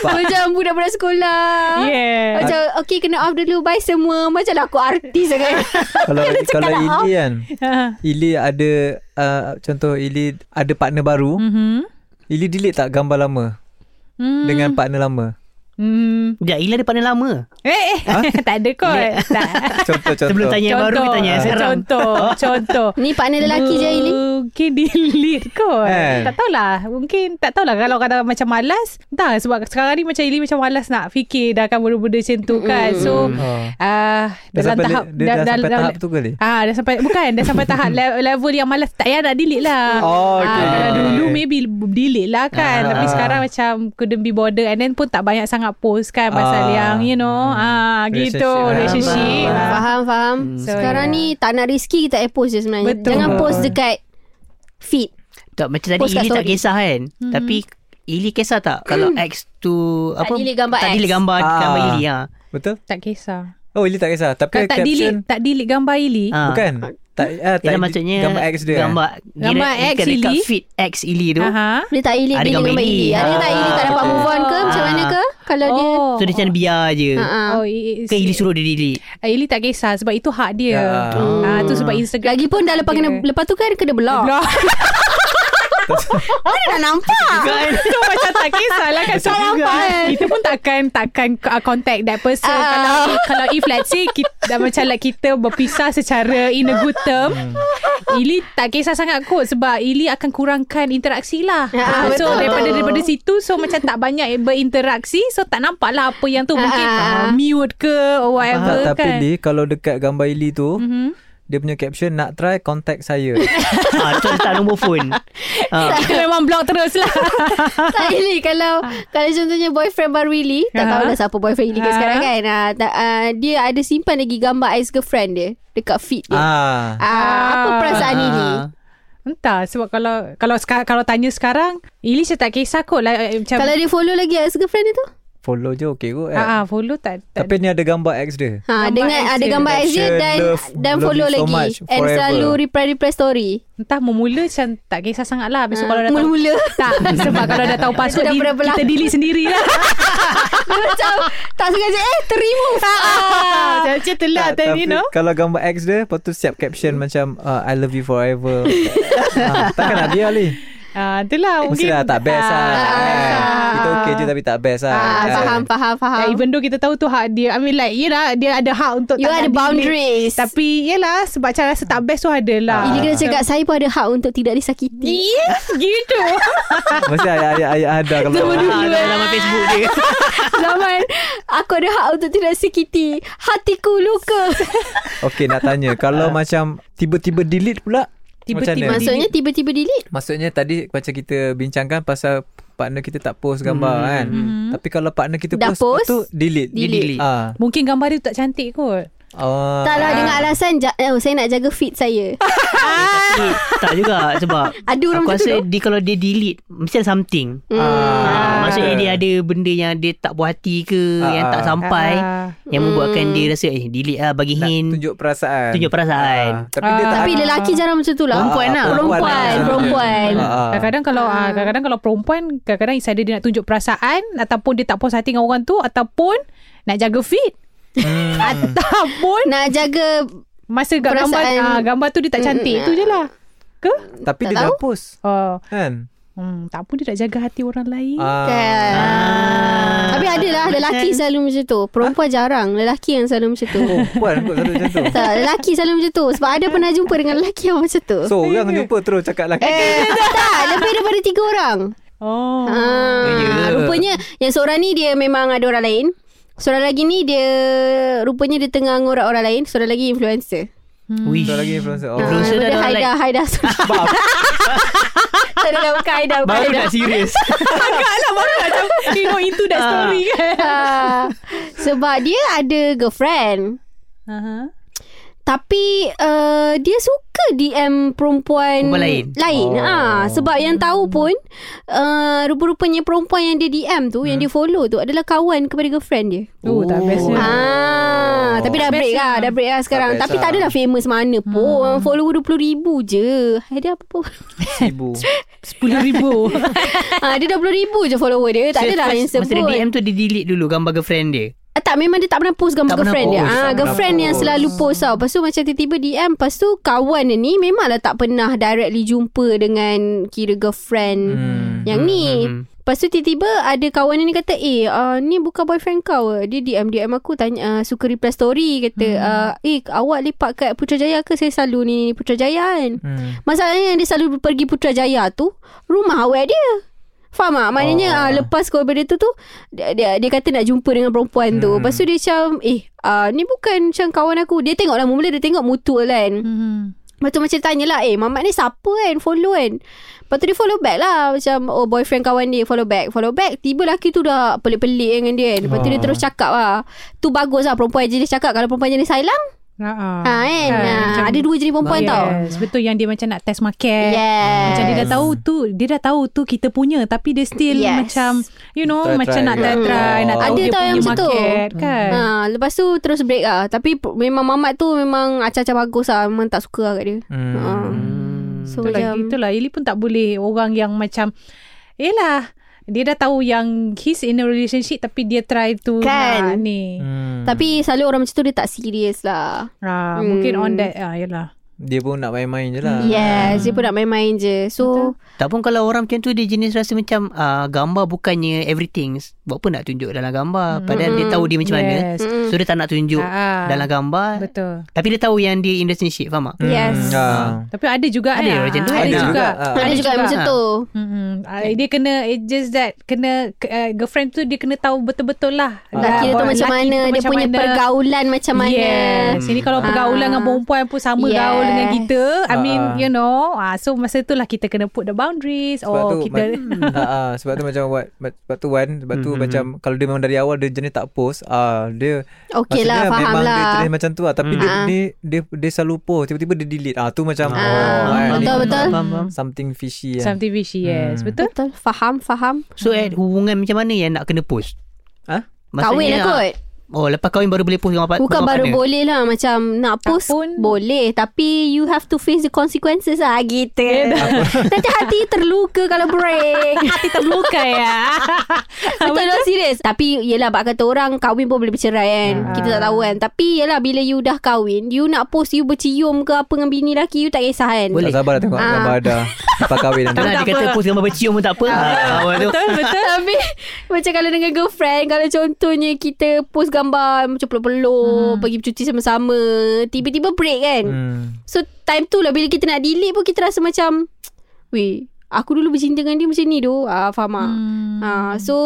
ada
(laughs) macam budak-budak sekolah
Yeah
(laughs) Macam Okay kena off dulu Bye semua Macam lah aku artis kan
(laughs) kalau kalau
nak
Ili kan
Ah.
Ili ada uh, contoh Ili ada partner baru
Mhm.
Ili delete tak gambar lama
Hmm.
dengan partner lama
Hmm.
Sekejap, Ila daripada lama.
Eh, eh. (laughs) tak ada kot. Tak.
contoh contoh
Sebelum tanya (laughs) yang baru,
Contoh,
tanya yang sekarang.
Contoh, contoh.
Ni partner (laughs) lelaki je
Hmm.
Ili
Mungkin delete kot
Eh.
Tak tahulah Mungkin tak tahulah Kalau kata macam malas Entah sebab sekarang ni Macam Ili macam malas nak fikir Dah akan benda-benda macam tu kan So uh,
Ah. dah
Dalam
sampai
tahap
dia dah, sampai tahap tu kali
Ah, dah sampai bukan dah sampai
(laughs)
tahap le- level yang malas tak payah nak delete lah.
Oh, okay,
Ah,
okay, okay.
dulu maybe delete lah kan.
Ah.
Tapi sekarang macam couldn't be bothered and then pun tak banyak sangat post kan pasal
Ah.
yang you know. Ah, gitu
Relationship.
relationship.
Ah.
Ah.
Faham faham
So,
Sekarang
yeah.
ni Tak nak risky Kita air post je sebenarnya
Betul.
Jangan
Hmm.
Betul.
post dekat Feed
Tak, macam tadi
Post kat
Ili tak
story. Hmm.
kisah kan. Tapi Ili kisah tak kalau ex tu
Tak
apa
delete gambar
tak
ex.
delete gambar
Ah.
gambar Ili ha.
betul
Tak kisah.
oh Ili tak kisah tapi
Kan tak delete
caption
tak delete gambar Ili.
Ah.
bukan Tak, ah, tak
Yalah maksudnya
gambar ex dia.
Gambar
Gambar
dia-
ex
dekat- dekat
Ili.
feed ex Ili tu
Aha.
Dia tak elok
Ada
bila
gambar
gambar
Ili.
Ili. Ada tak Ili tak dapat
Ah.
move on ke? Macam mana ke? Kalau dia...
Oh.
So dia macam biar je
Ha, ha.
Oh, i- i-
Kan Ili suruh dia delete
Ili tak kisah sebab itu hak dia.
Ya.
Ah, tu sebab Instagram.
Lagipun dah lepas kena lepas tu kan kena block.
Block.
Mana dah nampak?
(laughs)
(laughs)
Kan
So macam tak
lah,
kisahlah kan Sebab
juga.
apa Kita pun takkan Takkan uh, contact that person
Ah.
Kalau Kalau if let's say kita, dah Macam like kita Berpisah secara In a good term
Hmm.
Ili tak kisah sangat kot Sebab Ili akan kurangkan Interaksi lah Ah,
Ah,
So
betul.
daripada Daripada situ So macam tak banyak Berinteraksi So tak nampak lah Apa yang tu Mungkin
Ah.
mute ke Or whatever
Tak, Ah, tapi
kan Mhm. Hmm.
Lee, kalau dekat gambar Ili tu, mm-hmm. dia punya caption nak try contact
(laughs)
saya.
ha, So letak nombor phone ha.
Kita memang block terus lah (laughs)
tak Ili kalau kalau contohnya boyfriend baru Ili tak
Aha.
tahu dah siapa boyfriend Ili ke
Ah.
sekarang kan. Ah, tak, ah, dia ada simpan lagi gambar ex girlfriend dia dekat feed dia.
ah.
Ah, apa
Ah.
perasaan Ili?
Entah sebab kalau Kalau seka- kalau tanya sekarang Ili saya tak kisah kot lah eh, Macam
Kalau dia follow lagi ex girlfriend dia tu?
Follow je okay kot. Eh.
Ah, ah, follow tak, tak
Tapi ni ada gambar ex dia.
Ha,
Gambar
dengan
ex
ada
dia.
gambar ex dia
Caption,
dan
love-
dan
love
follow
you so
lagi
much
and
forever.
selalu reply reply story. (laughs)
Entah memula macam tak kisah sangat lah Besok
Ah,
kalau dah tahu
mula-mula.
(laughs) Tak sebab kalau dah tahu password
Dah
di,
berapa
Kita
lama?
delete sendiri (laughs) lah
Macam tak sengaja eh terremove.
Macam macam tu lah
Tak,
tadi no
Ah, kalau gambar ex dia, lepas tu siap caption
Mm.
macam uh, I love you
(laughs)
forever. ah, takkan nak dia Ali.
Ah, Itulah mungkin
Mesti lah tak best lah.
Ah, tak best
Eh,
lah.
Kita okay je tapi tak best lah.
Ah,
Eh.
faham faham faham.
Ya, even though kita tahu tu hak dia I mean like Yelah dia ada hak untuk
You
tak nak
ada
delete.
boundaries.
Tapi yelah Sebab cara rasa tak best tu ada lah
Ili
(laughs)
kena cakap saya pun ada hak untuk tidak disakiti. (laughs)
Yeah, gitu
(laughs) Mesti ada, ada, ada, ada kalau
Zaman
Ha,
dulu. eh.
dalam laman Facebook
(laughs)
dia
Zaman aku ada hak untuk tidak sakiti. Hatiku luka.
Okay nak tanya Kalau macam Tiba-tiba delete pula Macam
Ah. Tiba-tiba
mana?
delete.
Maksudnya tiba-tiba delete.
Maksudnya tadi Macam kita bincangkan Pasal partner kita tak post gambar hmm. kan hmm. Tapi kalau partner kita
Dah
post, lepas
post,
tu delete
Dia
Delete.
delete
Ah,
Mungkin gambar dia tu tak cantik kot
oh,
Tak lah dengan alasan ja- oh, saya nak jaga fit saya.
Tapi Tak juga sebab
Ada orang
Aku
Ah. macam tu Hmm.
rasa
tau.
dia, kalau dia delete Mesti ada something
Ah,
Ah, maksudnya
betul.
dia ada benda yang dia tak puas hati ke
Ah,
yang tak
ah.
sampai
Ah.
yang membuatkan
Hmm.
dia rasa eh delete lah bagi
Nak
hint
tunjuk perasaan
Tunjuk perasaan.
Ah, Tapi dia tak
Tapi lelaki jarang macam tu lah.
Perempuan lah.
Perempuan.
Ah,
Perempuan.
ah, ah.
Kadang-kadang kalau ah. kadang-kadang kalau perempuan kadang-kadang is either dia nak tunjuk perasaan ataupun dia tak puas hati dengan orang tu ataupun nak jaga fit. Hmm. (laughs) Ataupun
Nak jaga
masa kat gambar
Perasaan-
ah, gambar tu dia tak cantik
Mm,
tu je lah. Ke?
Tapi
Tak
dia
tahu.
dah post
Oh.
Kan
Hmm, tak pun dia nak jaga hati orang lain.
Ah.
kan. Tapi ada lah lelaki selalu macam tu. Perempuan jarang. Lelaki yang selalu macam tu.
Perempuan Oh, lah kot selalu macam tu
(laughs) tak, lelaki selalu macam tu. Sebab ada pernah jumpa dengan lelaki yang macam tu.
So orang jumpa terus cakap lelaki
Eh, tak, lebih daripada tiga orang.
Oh.
Ya.
Ah, rupanya yang seorang ni dia memang ada orang lain. Seorang lagi ni dia rupanya dia tengah ngorak orang lain. Seorang lagi influencer.
Wish.
Seorang lagi influencer
Ah.
oh.
Influencer. dah
dia
ada orang
Haida,
lain.
Haida.
(laughs)
Tak ada nama bukan Haida, bukan
Baru
Haida.
nak
(laughs)
serius
Agak lah baru macam tengok into that story kan.
Ah, sebab dia ada girlfriend. Ah.
Uh-huh.
Tapi uh, dia suka DM perempuan
Perempuan lain.
lain. Oh. Ha, sebab yang tahu pun uh, rupa-rupanya perempuan yang dia DM tu, yang dia follow tu adalah kawan kepada girlfriend dia.
Oh, tak bestnya.
Ah, tapi dah break lah, dah break lah sekarang.
best
Tapi
lah.
tak adalah famous mana pun. Hmm. Follower 20,000 je. Ada apa pun.
Ibu
ribu.
ha, dia 20,000 je follower dia. Tak lah adalah
Masa-
handsome
Masa dia DM
pun.
tu dia delete dulu gambar girlfriend dia
Ah, tak, memang dia tak pernah post gambar
Tak pernah
girlfriend
post,
dia.
tak
Ah,
pernah
girlfriend yang
post.
selalu post tau. Lepas tu macam tiba-tiba DM. Lepas tu kawan dia ni memanglah tak pernah directly jumpa dengan kira girlfriend
Hmm.
yang ni.
hmm.
Lepas tu tiba-tiba ada kawan dia ni kata Eh uh, ni bukan boyfriend kau ke?" Dia DM-DM aku tanya, uh, Suka reply story Kata hmm. uh, Eh awak lepak kat Putrajaya ke Saya selalu ni Putrajaya kan
Hmm.
Masalahnya yang dia selalu pergi Putrajaya tu Rumah awet dia Faham tak? Maknanya oh.
Oh.
uh, lepas kau daripada tu tu dia, dia, dia kata nak jumpa dengan perempuan
Hmm.
tu Lepas tu dia macam Eh uh, ni bukan macam kawan aku Dia tengok lah mula dia tengok mutual kan
Hmm.
Lepas tu macam tanyalah Eh mamat ni siapa kan Follow kan Lepas tu dia follow back lah Macam oh boyfriend kawan dia Follow back Follow back Tiba lelaki tu dah
Oh.
pelik-pelik dengan dia kan Lepas tu dia
Ah.
terus cakap lah Tu bagus lah perempuan je dia cakap Kalau perempuan jenis Sailang
Uh-uh.
Ha kan.
Kan,
Ha,
macam-
ada dua jenis perempuan tau.
Yes, betul yang dia macam nak test market.
Yes.
Macam dia dah tahu tu, dia dah tahu tu kita punya tapi dia still
Yes. Oh.
macam you know
Try,
macam
try.
nak try, try
Hmm.
nak tahu
Ada
dia
tau
punya
yang macam tu.
market kan.
Ha, lepas tu terus break lah. Tapi p- memang mamat tu memang acah-acah bagus lah. Memang tak suka lah kat dia.
Hmm.
Ha. So
Itulah,
macam
itulah Ili pun tak boleh orang yang macam yelah dia dah tahu yang he's in a relationship tapi dia try to nak
Kan.
ni.
Hmm.
Tapi selalu orang macam tu dia tak serius lah.
Ha,
Hmm.
mungkin on that ah yelah.
Dia pun nak main-main je lah
Yes, dia pun nak main-main je. So,
Tak pun kalau orang macam tu dia jenis rasa macam uh, gambar bukannya everything. Buat apa nak tunjuk dalam gambar? Padahal dia tahu dia macam mana.
Yes.
So dia tak nak tunjuk
Ah, ah.
dalam gambar.
Betul.
Tapi dia tahu yang dia in relationship, faham tak?
yes.
Hmm. Ah.
Tapi ada juga
Ada
eh.
macam tu,
Ada
ada
juga.
juga.
Ada juga macam
ha.
tu.
Mm-mm. Uh, dia kena It's just that Kena uh, Girlfriend tu Dia kena tahu betul-betul lah
Laki dia tu macam mana, dia punya pergaulan macam mana.
Yes. Jadi kalau
Ah.
pergaulan dengan perempuan pun sama
Yes.
gaul dengan kita. I mean,
Ah.
you know. Ah so masa tu lah kita kena put the boundaries
Oh,
Sebab
or
tu
kita
(laughs) ma- ah, ah, Sebab tu macam what ma- Sebab tu Wan Sebab tu macam Kalau dia memang dari awal Dia jenis tak post ah, Dia
Okey
maksudnya
lah, faham
memang dia
lah. Mm-hmm.
jenis macam tu lah Tapi dia, dia, dia dia selalu post Tiba-tiba dia delete ah, Tu macam
Ah,
oh, kan,
betul,
ni
betul.
Faham, faham.
Something fishy eh.
something fishy. Yes, betul?
Betul, faham, faham.
So at hubungan macam mana yang nak kena post?
Ha?
Kahwin lah kot.
Oh lepas kahwin baru boleh post dengan pa-
Bukan
dengan
baru
partner.
boleh lah Macam nak
Tak
post
pun.
Boleh Tapi you have to face the consequences lah Gitu (laughs) Nanti hati terluka Kalau
Ya,
break
(laughs) Hati terluka ya.
(laughs) Betul lah serius Tapi yelah Bak kata orang Kahwin pun boleh bercerai kan
Hmm.
Kita tak tahu kan Tapi yelah Bila you dah kahwin You nak post You bercium ke apa Dengan bini lelaki You tak kisah kan
Boleh.
Tak sabar nak tengok
Ah.
gambar ada Lepas kahwin
Tak nak
nanti
lah, dia kata post gambar bercium pun tak apa. Ah, awal tu.
betul, betul.
(laughs) Tapi (laughs) Macam kalau dengan girlfriend Kalau contohnya Kita post gambar Macam peluk-peluk
Hmm.
Pergi bercuti sama-sama Tiba-tiba break kan
Hmm.
So time tu lah Bila kita nak delete pun Kita rasa macam Weh Aku dulu bercinta dengan dia Macam ni tu ah, Faham tak
Hmm.
Ah, so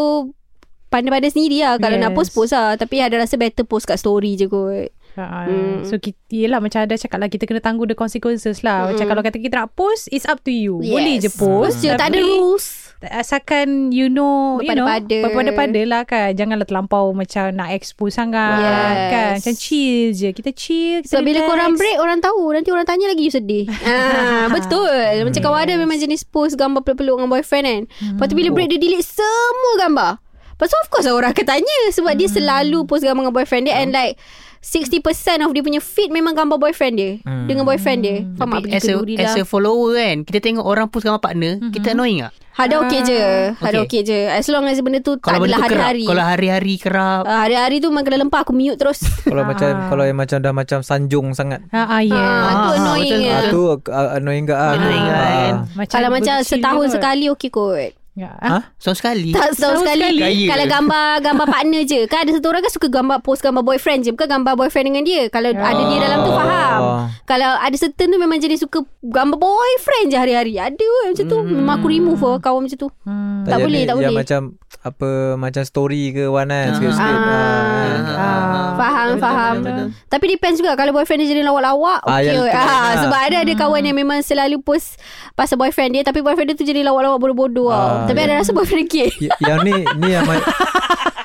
pandai-pandai sendiri lah kalau yes. nak
Yes.
post post lah tapi ada rasa better post kat story je kot
Ha,
Hmm.
So kita, yelah macam ada cakap lah Kita kena tangguh the consequences lah Macam
Mm-mm.
kalau kata kita nak post It's up to you Boleh je
Mm. Yes.
post
post je tak ada
tapi
rules
Asalkan you know you know
Berpada-pada.
Berpada-pada lah kan Janganlah terlampau macam nak expose sangat
Yes.
kan Macam chill je Kita chill kita
so
relax.
bila korang break orang tahu nanti orang tanya lagi you
(laughs)
sedih ah,
Hmm.
betul macam kawan ada memang jenis post gambar peluk-peluk dengan boyfriend kan lepas tu bila break dia delete semua gambar Lepas tu of course lah orang akan tanya Sebab dia
Hmm.
selalu post gambar dengan boyfriend dia And like 60% of dia punya feed Memang gambar boyfriend dia Dengan boyfriend dia Faham tak?
Hmm. Tapi
Pergi
as a,
keduri
as
lah Mm-hmm.
a follower kan Kita tengok orang post gambar partner Kita annoying tak?
Hada okey je Hada okey
Okay.
je As long as benda tu
Ah. Kalau
Tak
benda
adalah
tu kerap
hari-hari
Kalau hari-hari kerap
Uh, hari-hari tu memang kena lempar Aku mute terus
Kalau macam Kalau yang macam dah macam Sanjung sangat
Ha ah, yeah.
Ah, tu
Ah,
annoying
betul.
ya.
ah, Tu ah, annoying ke ah, tu.
Annoying
Ah.
kan?
Macam
Kalau macam
berkecil
setahun
kot.
sekali Okey kot
Ya.
Ha?
So sekali
Tak setahun sekali,
sekali.
Kalau gambar Gambar partner je Kan ada satu orang kan Suka gambar post gambar boyfriend je Bukan gambar boyfriend dengan dia Kalau ada dia dalam tu
Oh,
faham
Ah.
Kalau ada certain tu Memang jenis suka Gambar boyfriend je hari-hari Ada weh macam
Hmm.
tu Memang aku remove lah Kawan macam tu
Hmm.
(laughs) Tak boleh,
jadi
tak
yang
boleh.
macam apa macam story ke warna sikit-sikit.
Ah.
Ah.
Faham
Betul,
faham
betul, betul.
Tapi depends juga Kalau boyfriend dia jadi lawak-lawak
Ah,
Okay
yang
kot
tu
ah,
lah.
Sebab ada ada kawan yang memang Selalu post Pasal boyfriend dia Tapi boyfriend dia tu jadi lawak-lawak Bodoh-bodoh
Ah,
tau Tapi ada rasa boyfriend okay
(laughs) Y- yang ni ni yang ma-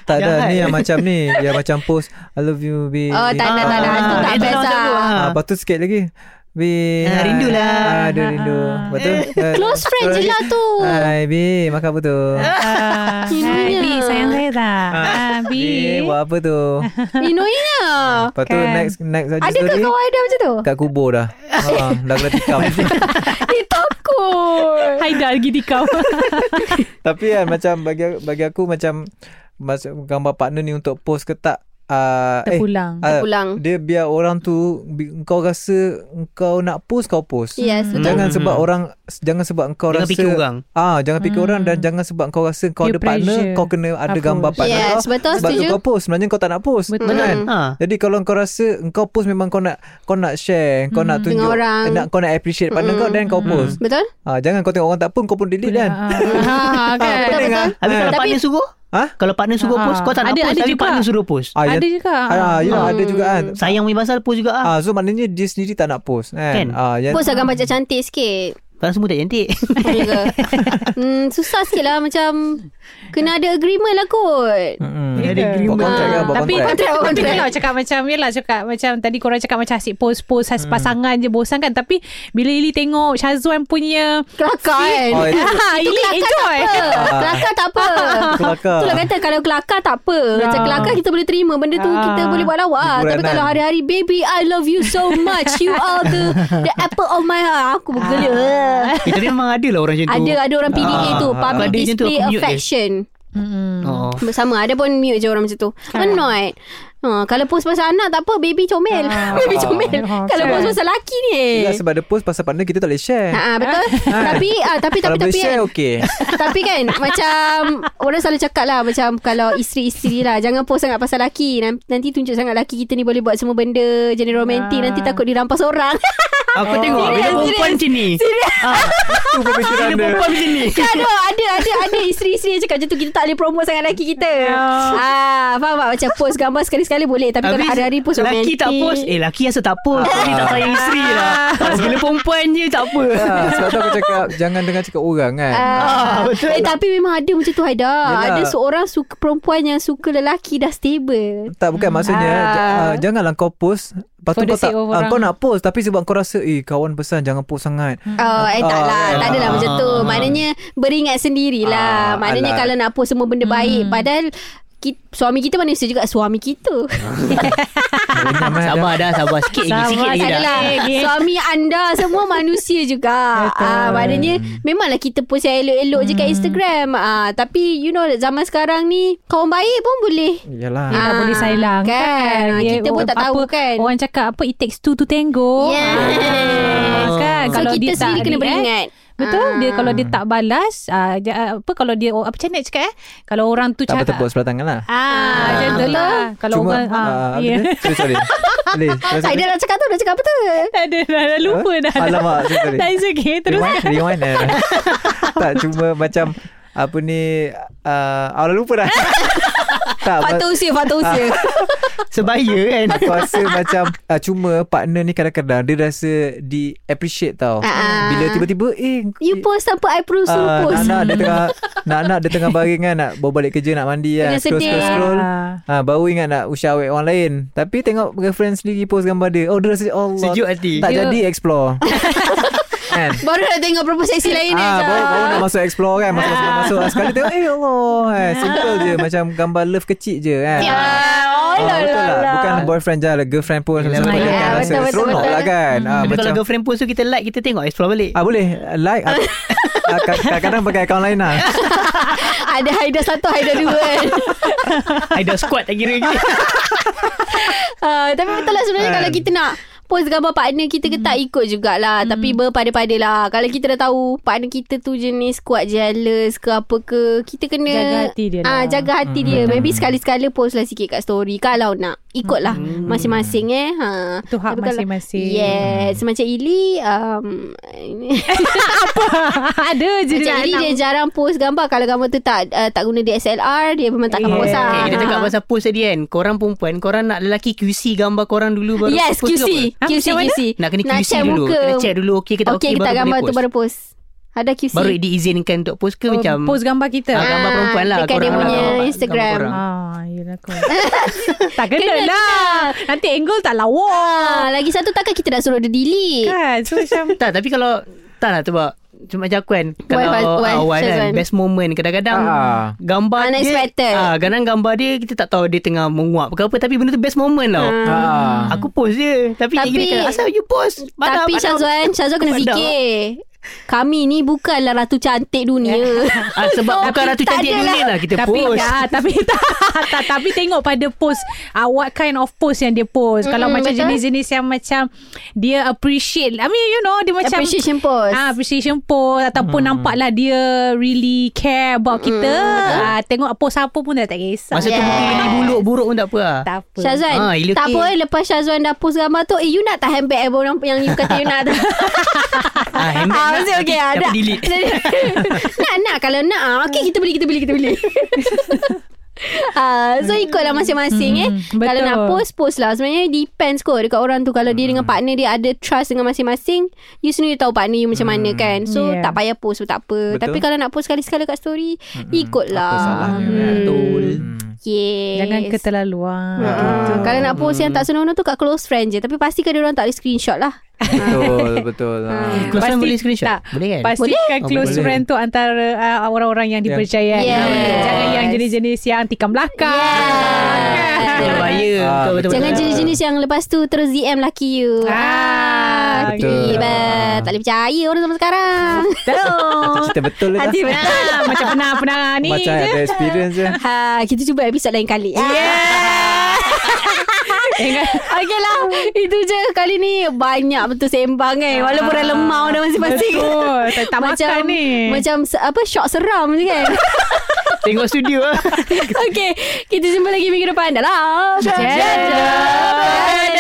tak ada
Jahat.
ni yang macam ni yang macam post I love you babe.
Oh tak nak tak nak Itu tak
Ah, itu
best
macam tu,
lah
ah.
Ah, lepas tu sikit lagi. Babe.
Ah, rindulah.
Ah, dia rindu. Lepas tu ah,
Close friend je lah tu
Hai babe, makan apa tu?
Ah,
Ininya.
Bi, sayang saya tak? Ah, Bi.
Babe, buat apa tu?
Annoying lah
Lepas tu
Kan.
next next saja
Ada kat
story.
kawan ada macam tu
Kat kubur dah. Ha, dah kena tikam.
Eh takut
Haida lagi di kau.
Tapi kan macam bagi bagi aku macam mas- gambar partner ni untuk post ke tak uh,
Terpulang.
ah,
Terpulang.
dia biar orang tu bi- kau rasa kau nak post kau post.
Yes Ya, betul
Jangan
Hmm.
sebab orang jangan sebab kau
Jangan
rasa
fikir orang.
Ah, jangan fikir orang dan jangan sebab kau rasa kau
Peer
ada partner,
pressure.
kau kena ada
Hapus.
gambar partner
Yes,
kau.
betul,
sebab
setuju.
tu kau post, sebenarnya kau tak nak post.
Betul.
Kan?
Ha.
Jadi kalau kau rasa kau post memang kau nak kau nak share, kau nak tunjuk,
Dengan orang.
nak kau nak appreciate partner kau dan
Hmm.
kau post.
Betul
Ah, jangan kau tengok orang tak pun kau pun delete kan.
Ha,
Ah, kan.
Betul betul
Habis kalau
Tapi-
partner suruh
Ha?
Kalau partner suruh
Ah,
post Kau tak nak
ada-
post
ada
Tapi
juga.
partner suruh post
Ah, ya-
Ada juga.
Ah, ya, ada juga kan.
Sayang punya pasal post juga ah.
Ah, so maknanya dia sendiri tak nak post kan.
Kan?
Ah, yang
Post lah gambar cantik sikit
Padahal semua tak cantik
Betul
(laughs)
ke? hmm, susah sikit lah macam Kena ada agreement lah kot
Mm-mm. Hmm. Buat
Dia ada agreement.
kontrak lah Buat
Tapi tapi,
kontrak
Kontrak,
tapi
(laughs) kontrak.
kalau lah. cakap macam Yelah cakap macam Tadi korang cakap macam Asyik post-post hmm. Pasangan je bosan kan Tapi Bila Ili tengok Syazwan punya
Kelakar kan
Oh, itu-
ah, Ili enjoy
Ah.
(laughs) Kelakar tak apa
Kelakar. Ya.
Itulah kata kalau kelakar tak apa Macam
Ah.
kelakar kita boleh terima Benda tu
Ah.
kita boleh buat lawak lah. Tapi
Hiburan
kalau
kan?
hari-hari Baby I love you so much You are the The apple of my heart Aku bergerak
(laughs) eh, Tapi memang ada lah orang macam tu
Ada ada orang PDA
Ah.
tu Public
Ada macam tu,
display
aku mute je.
affection
oh.
Sama ada pun mute je orang macam tu Why
Kan.
not ha, Kalau post pasal anak tak apa Baby comel (laughs) Baby comel
Ya,
Ah.
Kalau post pasal laki ni
Eh.
Yelah sebab dia post pasal partner kita tak boleh share.
Ha,
(laughs)
betul
Kan.
Tapi ah, Tapi tapi
Kalau
tapi
boleh
kan,
share
(laughs)
okey.
Tapi kan (laughs) Macam Orang selalu cakap lah Macam kalau isteri-isteri lah Jangan post sangat pasal laki Nan- Nanti tunjuk sangat laki Kita ni boleh buat semua benda Jenis romantik
Ah.
Nanti takut dirampas orang (laughs)
Aku tengok Bila
serious.
perempuan macam ni Ah,
Itu pemikiran
Bila
dia.
perempuan macam ni
Kan, Ada ada ada ada isteri-isteri yang cakap macam tu kita tak boleh promote sangat laki kita.
Ya.
Ah, faham tak macam post gambar sekali-sekali boleh tapi kalau
Habis
hari-hari post
Laki tak post Eh laki asal tak post Kau ni tak sayang isteri lah Bila perempuan je tak apa
Ah, sebab tu aku cakap jangan dengar cakap orang kan.
(laughs) Ah, betul. Eh, tapi memang ada macam tu Haida.
Yelah.
Ada seorang suka perempuan yang suka lelaki dah stable.
Tak bukan
Ah.
maksudnya j- ah, janganlah kau post lepas tu
For the
kau tak
sake of
ah,
orang.
kau nak post tapi sebab kau rasa eh kawan pesan jangan post sangat.
Hmm.
Oh, eh tak lah.
Ah.
Tak adalah macam tu. Maknanya beringat sendirilah.
Ah,
Maknanya
alah.
kalau nak post semua benda baik. Padahal ki- suami kita manusia juga suami kita.
Inam, eh,
(laughs) Sabar dah Sabar sikit lagi
Sabar,
Sikit
Tak
lagi dah
(laughs)
adalah.
Okay.
Suami anda semua manusia juga. Ah, maknanya memanglah kita post yang elok-elok je kat
Hmm.
Instagram. Ah, tapi you know zaman sekarang ni kawan baik pun boleh
dah. Yalah.
Dia tak
Ah,
boleh sailang
kan.
kan. Dia-
Kita pun tak
apa-
tahu kan.
Orang cakap apa It takes two to tango
Yeah.
Ah, kan
So
kalau
kita
dia
sendiri
tak
kena
react,
beringat. Ah.
Betul dia kalau dia tak balas ah, dia- ah, apa kalau dia oh, apa macam nak cakap eh kalau orang tu
Tak apa
cakap
tepuk sebelah tangan lah.
ah macam tu lah kalau
Cuma
orang ah,
ah, apa
ya.
dia? sorry sorry. Boleh. terus-
Haida dah cakap tu, dah cakap apa tu?
(laughs) Tak ada dah, dah lupa (laughs) dah.
Alamak, sorry, sorry.
Tak it's okay. Terus. kan?
Rewind,
(laughs)
rewind. eh. tak cuma macam apa ni uh, awak
(laughs)
lupa dah. tak
Fakta usia, fakta usia.
Sebaya kan
Aku rasa (laughs) macam uh, Cuma partner ni kadang-kadang Dia rasa Di appreciate tau
Ah.
Bila tiba-tiba Eh
You post tanpa I perlu suruh
Ah,
post.
Nak-nak dia tengah (laughs) Nak-nak dia tengah baring kan Nak bawa balik kerja Nak mandi kan
Tengah sedih.
Scroll-scroll
Ah.
Ha, baru ingat nak usah awet orang lain Tapi tengok girlfriend sendiri post gambar dia Oh dia rasa Allah
Sejuk hati
Tak jadi
(laughs)
explore Kan
Baru nak tengok perempuan seksi lain ni.
Ah,
Macam,
baru, baru nak masuk explore kan Masuk masuk, masuk.
(laughs)
Sekali tengok Eh Allah eh, Simple je Macam gambar love kecil je kan
Ah,
Ah,
oh, lah,
betul
lah,
lah.
lah.
Bukan boyfriend je lah, girlfriend pun
Yelah,
sama-sama
betul.
kan
Ya,
rasa
betul, betul,
seronok
betul.
lah kan. Ah,
Tapi
macam
kalau girlfriend post tu Kita like Kita tengok Explore balik
ah boleh like ah, ah, kad- kadang-kadang pakai akaun lain (laughs) lah.
Ada Haida satu, Haida dua kan.
Ada (laughs) squad tak
(laughs)
kira lagi
Ah, tapi betul lah sebenarnya
Kan.
kalau kita nak post gambar partner kita ke tak ikut jugalah. Tapi berpada-pada lah. Kalau kita dah tahu partner kita tu jenis kuat jealous ke apa ke. Kita kena...
Jaga hati dia
Ah,
lah.
jaga hati dia. Maybe sekali-sekala post lah sikit kat story. Kalau nak. Ikutlah. Masing-masing eh. Ha.
Itu hak
Tapi kalau-
masing-masing.
Yes. Macam Ili... Um,
Ada je
macam Ili dia jarang post gambar. Kalau gambar tu tak uh, tak guna DSLR. Dia memang tak
Yeah.
akan post lah.
Oh, Okay, kita cakap
Ha.
pasal post tadi kan Korang perempuan Korang nak lelaki QC gambar korang dulu baru
Yes,
post ke apa?
QC.
apa?
QC,
Ha, macam mana?
QC.
Nak kena QC
check
dulu
muka.
Kena check dulu Okay ke tak
Okey,
okay,
kita
baru
gambar
boleh
tu
post.
baru post. Ada QC.
Baru diizinkan untuk post ke
Oh,
macam
post gambar kita.
Ah, gambar
Ah,
perempuan lah
dekat dia
korang lah,
punya
gambar-
Instagram.
gambar korang.
Ah, yelah
(laughs)
kau. tak kena, lah. Nanti angle tak
Ah,
lawa.
lagi satu takkan kita dah suruh dia delete.
Kan? So macam
Tak tapi kalau Tak lah tu bak Cuma macam aku kan
Wan,
Kalau
Wan,
ah, Wan kan
Syazwan.
Best moment Kadang-kadang
Ah.
Gambar
Unexpected.
dia ah, Kadang gambar dia Kita tak tahu dia tengah menguap ke apa Tapi benda tu best moment
Ha.
tau
Ah.
Aku post je Tapi,
Tapi-
dia kata, Asal you post Mana-
Tapi
mana-
Syazwan, Syazwan kena
Padam.
fikir. Kami ni bukanlah ratu cantik
(laughs)
dunia.
ah, Sebab bukan Ratu
tak
Cantik
adalah.
dunia lah Kita
tapi
post
ah, tapi (laughs) tak, tak tapi tengok pada post uh, what kind of post yang dia post. Kalau
Mm-mm,
macam
betul.
jenis-jenis yang macam dia appreciate. I mean you know dia macam
Appreciation post.
Ah, appreciation post ataupun nampaklah dia really care about kita. Ah, tengok post apa pun dah tak kisah.
Masa tu
Yes.
mungkin Ili buluk-buruk pun tak apa lah
tak apa.
Syazwan
Ah,
ha,
Ila
Tak
okey.
apa eh Lepas Syazwan dah post gambar tu Eh you nak tak handbag abang orang Yang you kata you nak tak
Ah, handbag nak,
Maksud
tapi-
okay ah,
tapi
(laughs) nak.
delete.
Nak nak Kalau nak ah, Okay kita beli kita beli kita beli (laughs) Ah, so ikutlah masing-masing eh.
Mm, Hmm. betul. Hmm.
Kalau nak post Post lah Sebenarnya depends kot Dekat orang tu Kalau dia dengan partner Dia ada trust dengan masing-masing You sendiri tahu partner you Macam mana kan So
Hmm. Yeah.
tak payah post pun tak apa
Betul. Hmm.
Tapi kalau nak post Sekali-sekala kat story Ikutlah
Apa
Ah,
salahnya
Hmm.
kan?
Ah, Betul.
Hmm.
Yes
Jangan keterlaluan.
Ah,
Gitu.
Kalau nak post yang tak senonoh tu Kat close friend je Tapi pastikan dia orang tak ada screenshot lah
Betul Betul ha.
Close friend
Pasti-
boleh screenshot?
tak.
Boleh kan?
Pastikan
Oh,
close
boleh.
friend tu antara uh, orang-orang yang
Yang-
dipercayai.
Yes.
Jangan yang jenis-jenis yang tikam belakang. (laughs)
Yes.
Berbahaya.
Ah,
Betul, betul,
Jangan
betul.
jenis-jenis yang lepas tu Terus DM laki you
Ah,
Ah,
betul.
tiba. Tak boleh percaya orang zaman sekarang
Macam cerita betul lah
Hati benar
Ah, macam pernah-pernah ni
Macam
je.
ada experience je
(laughs) Ha, kita cuba episod lain kali. (laughs) Yeah. Okey lah Itu je kali ni Banyak betul sembang kan Walaupun
Ah,
lemau dah masing-masing
Betul. Tak, tak makan ni.
Macam se- apa Shock seram je (laughs) kan
Tengok studio lah.
Okay Kita jumpa lagi minggu depan Dalam
Jejak.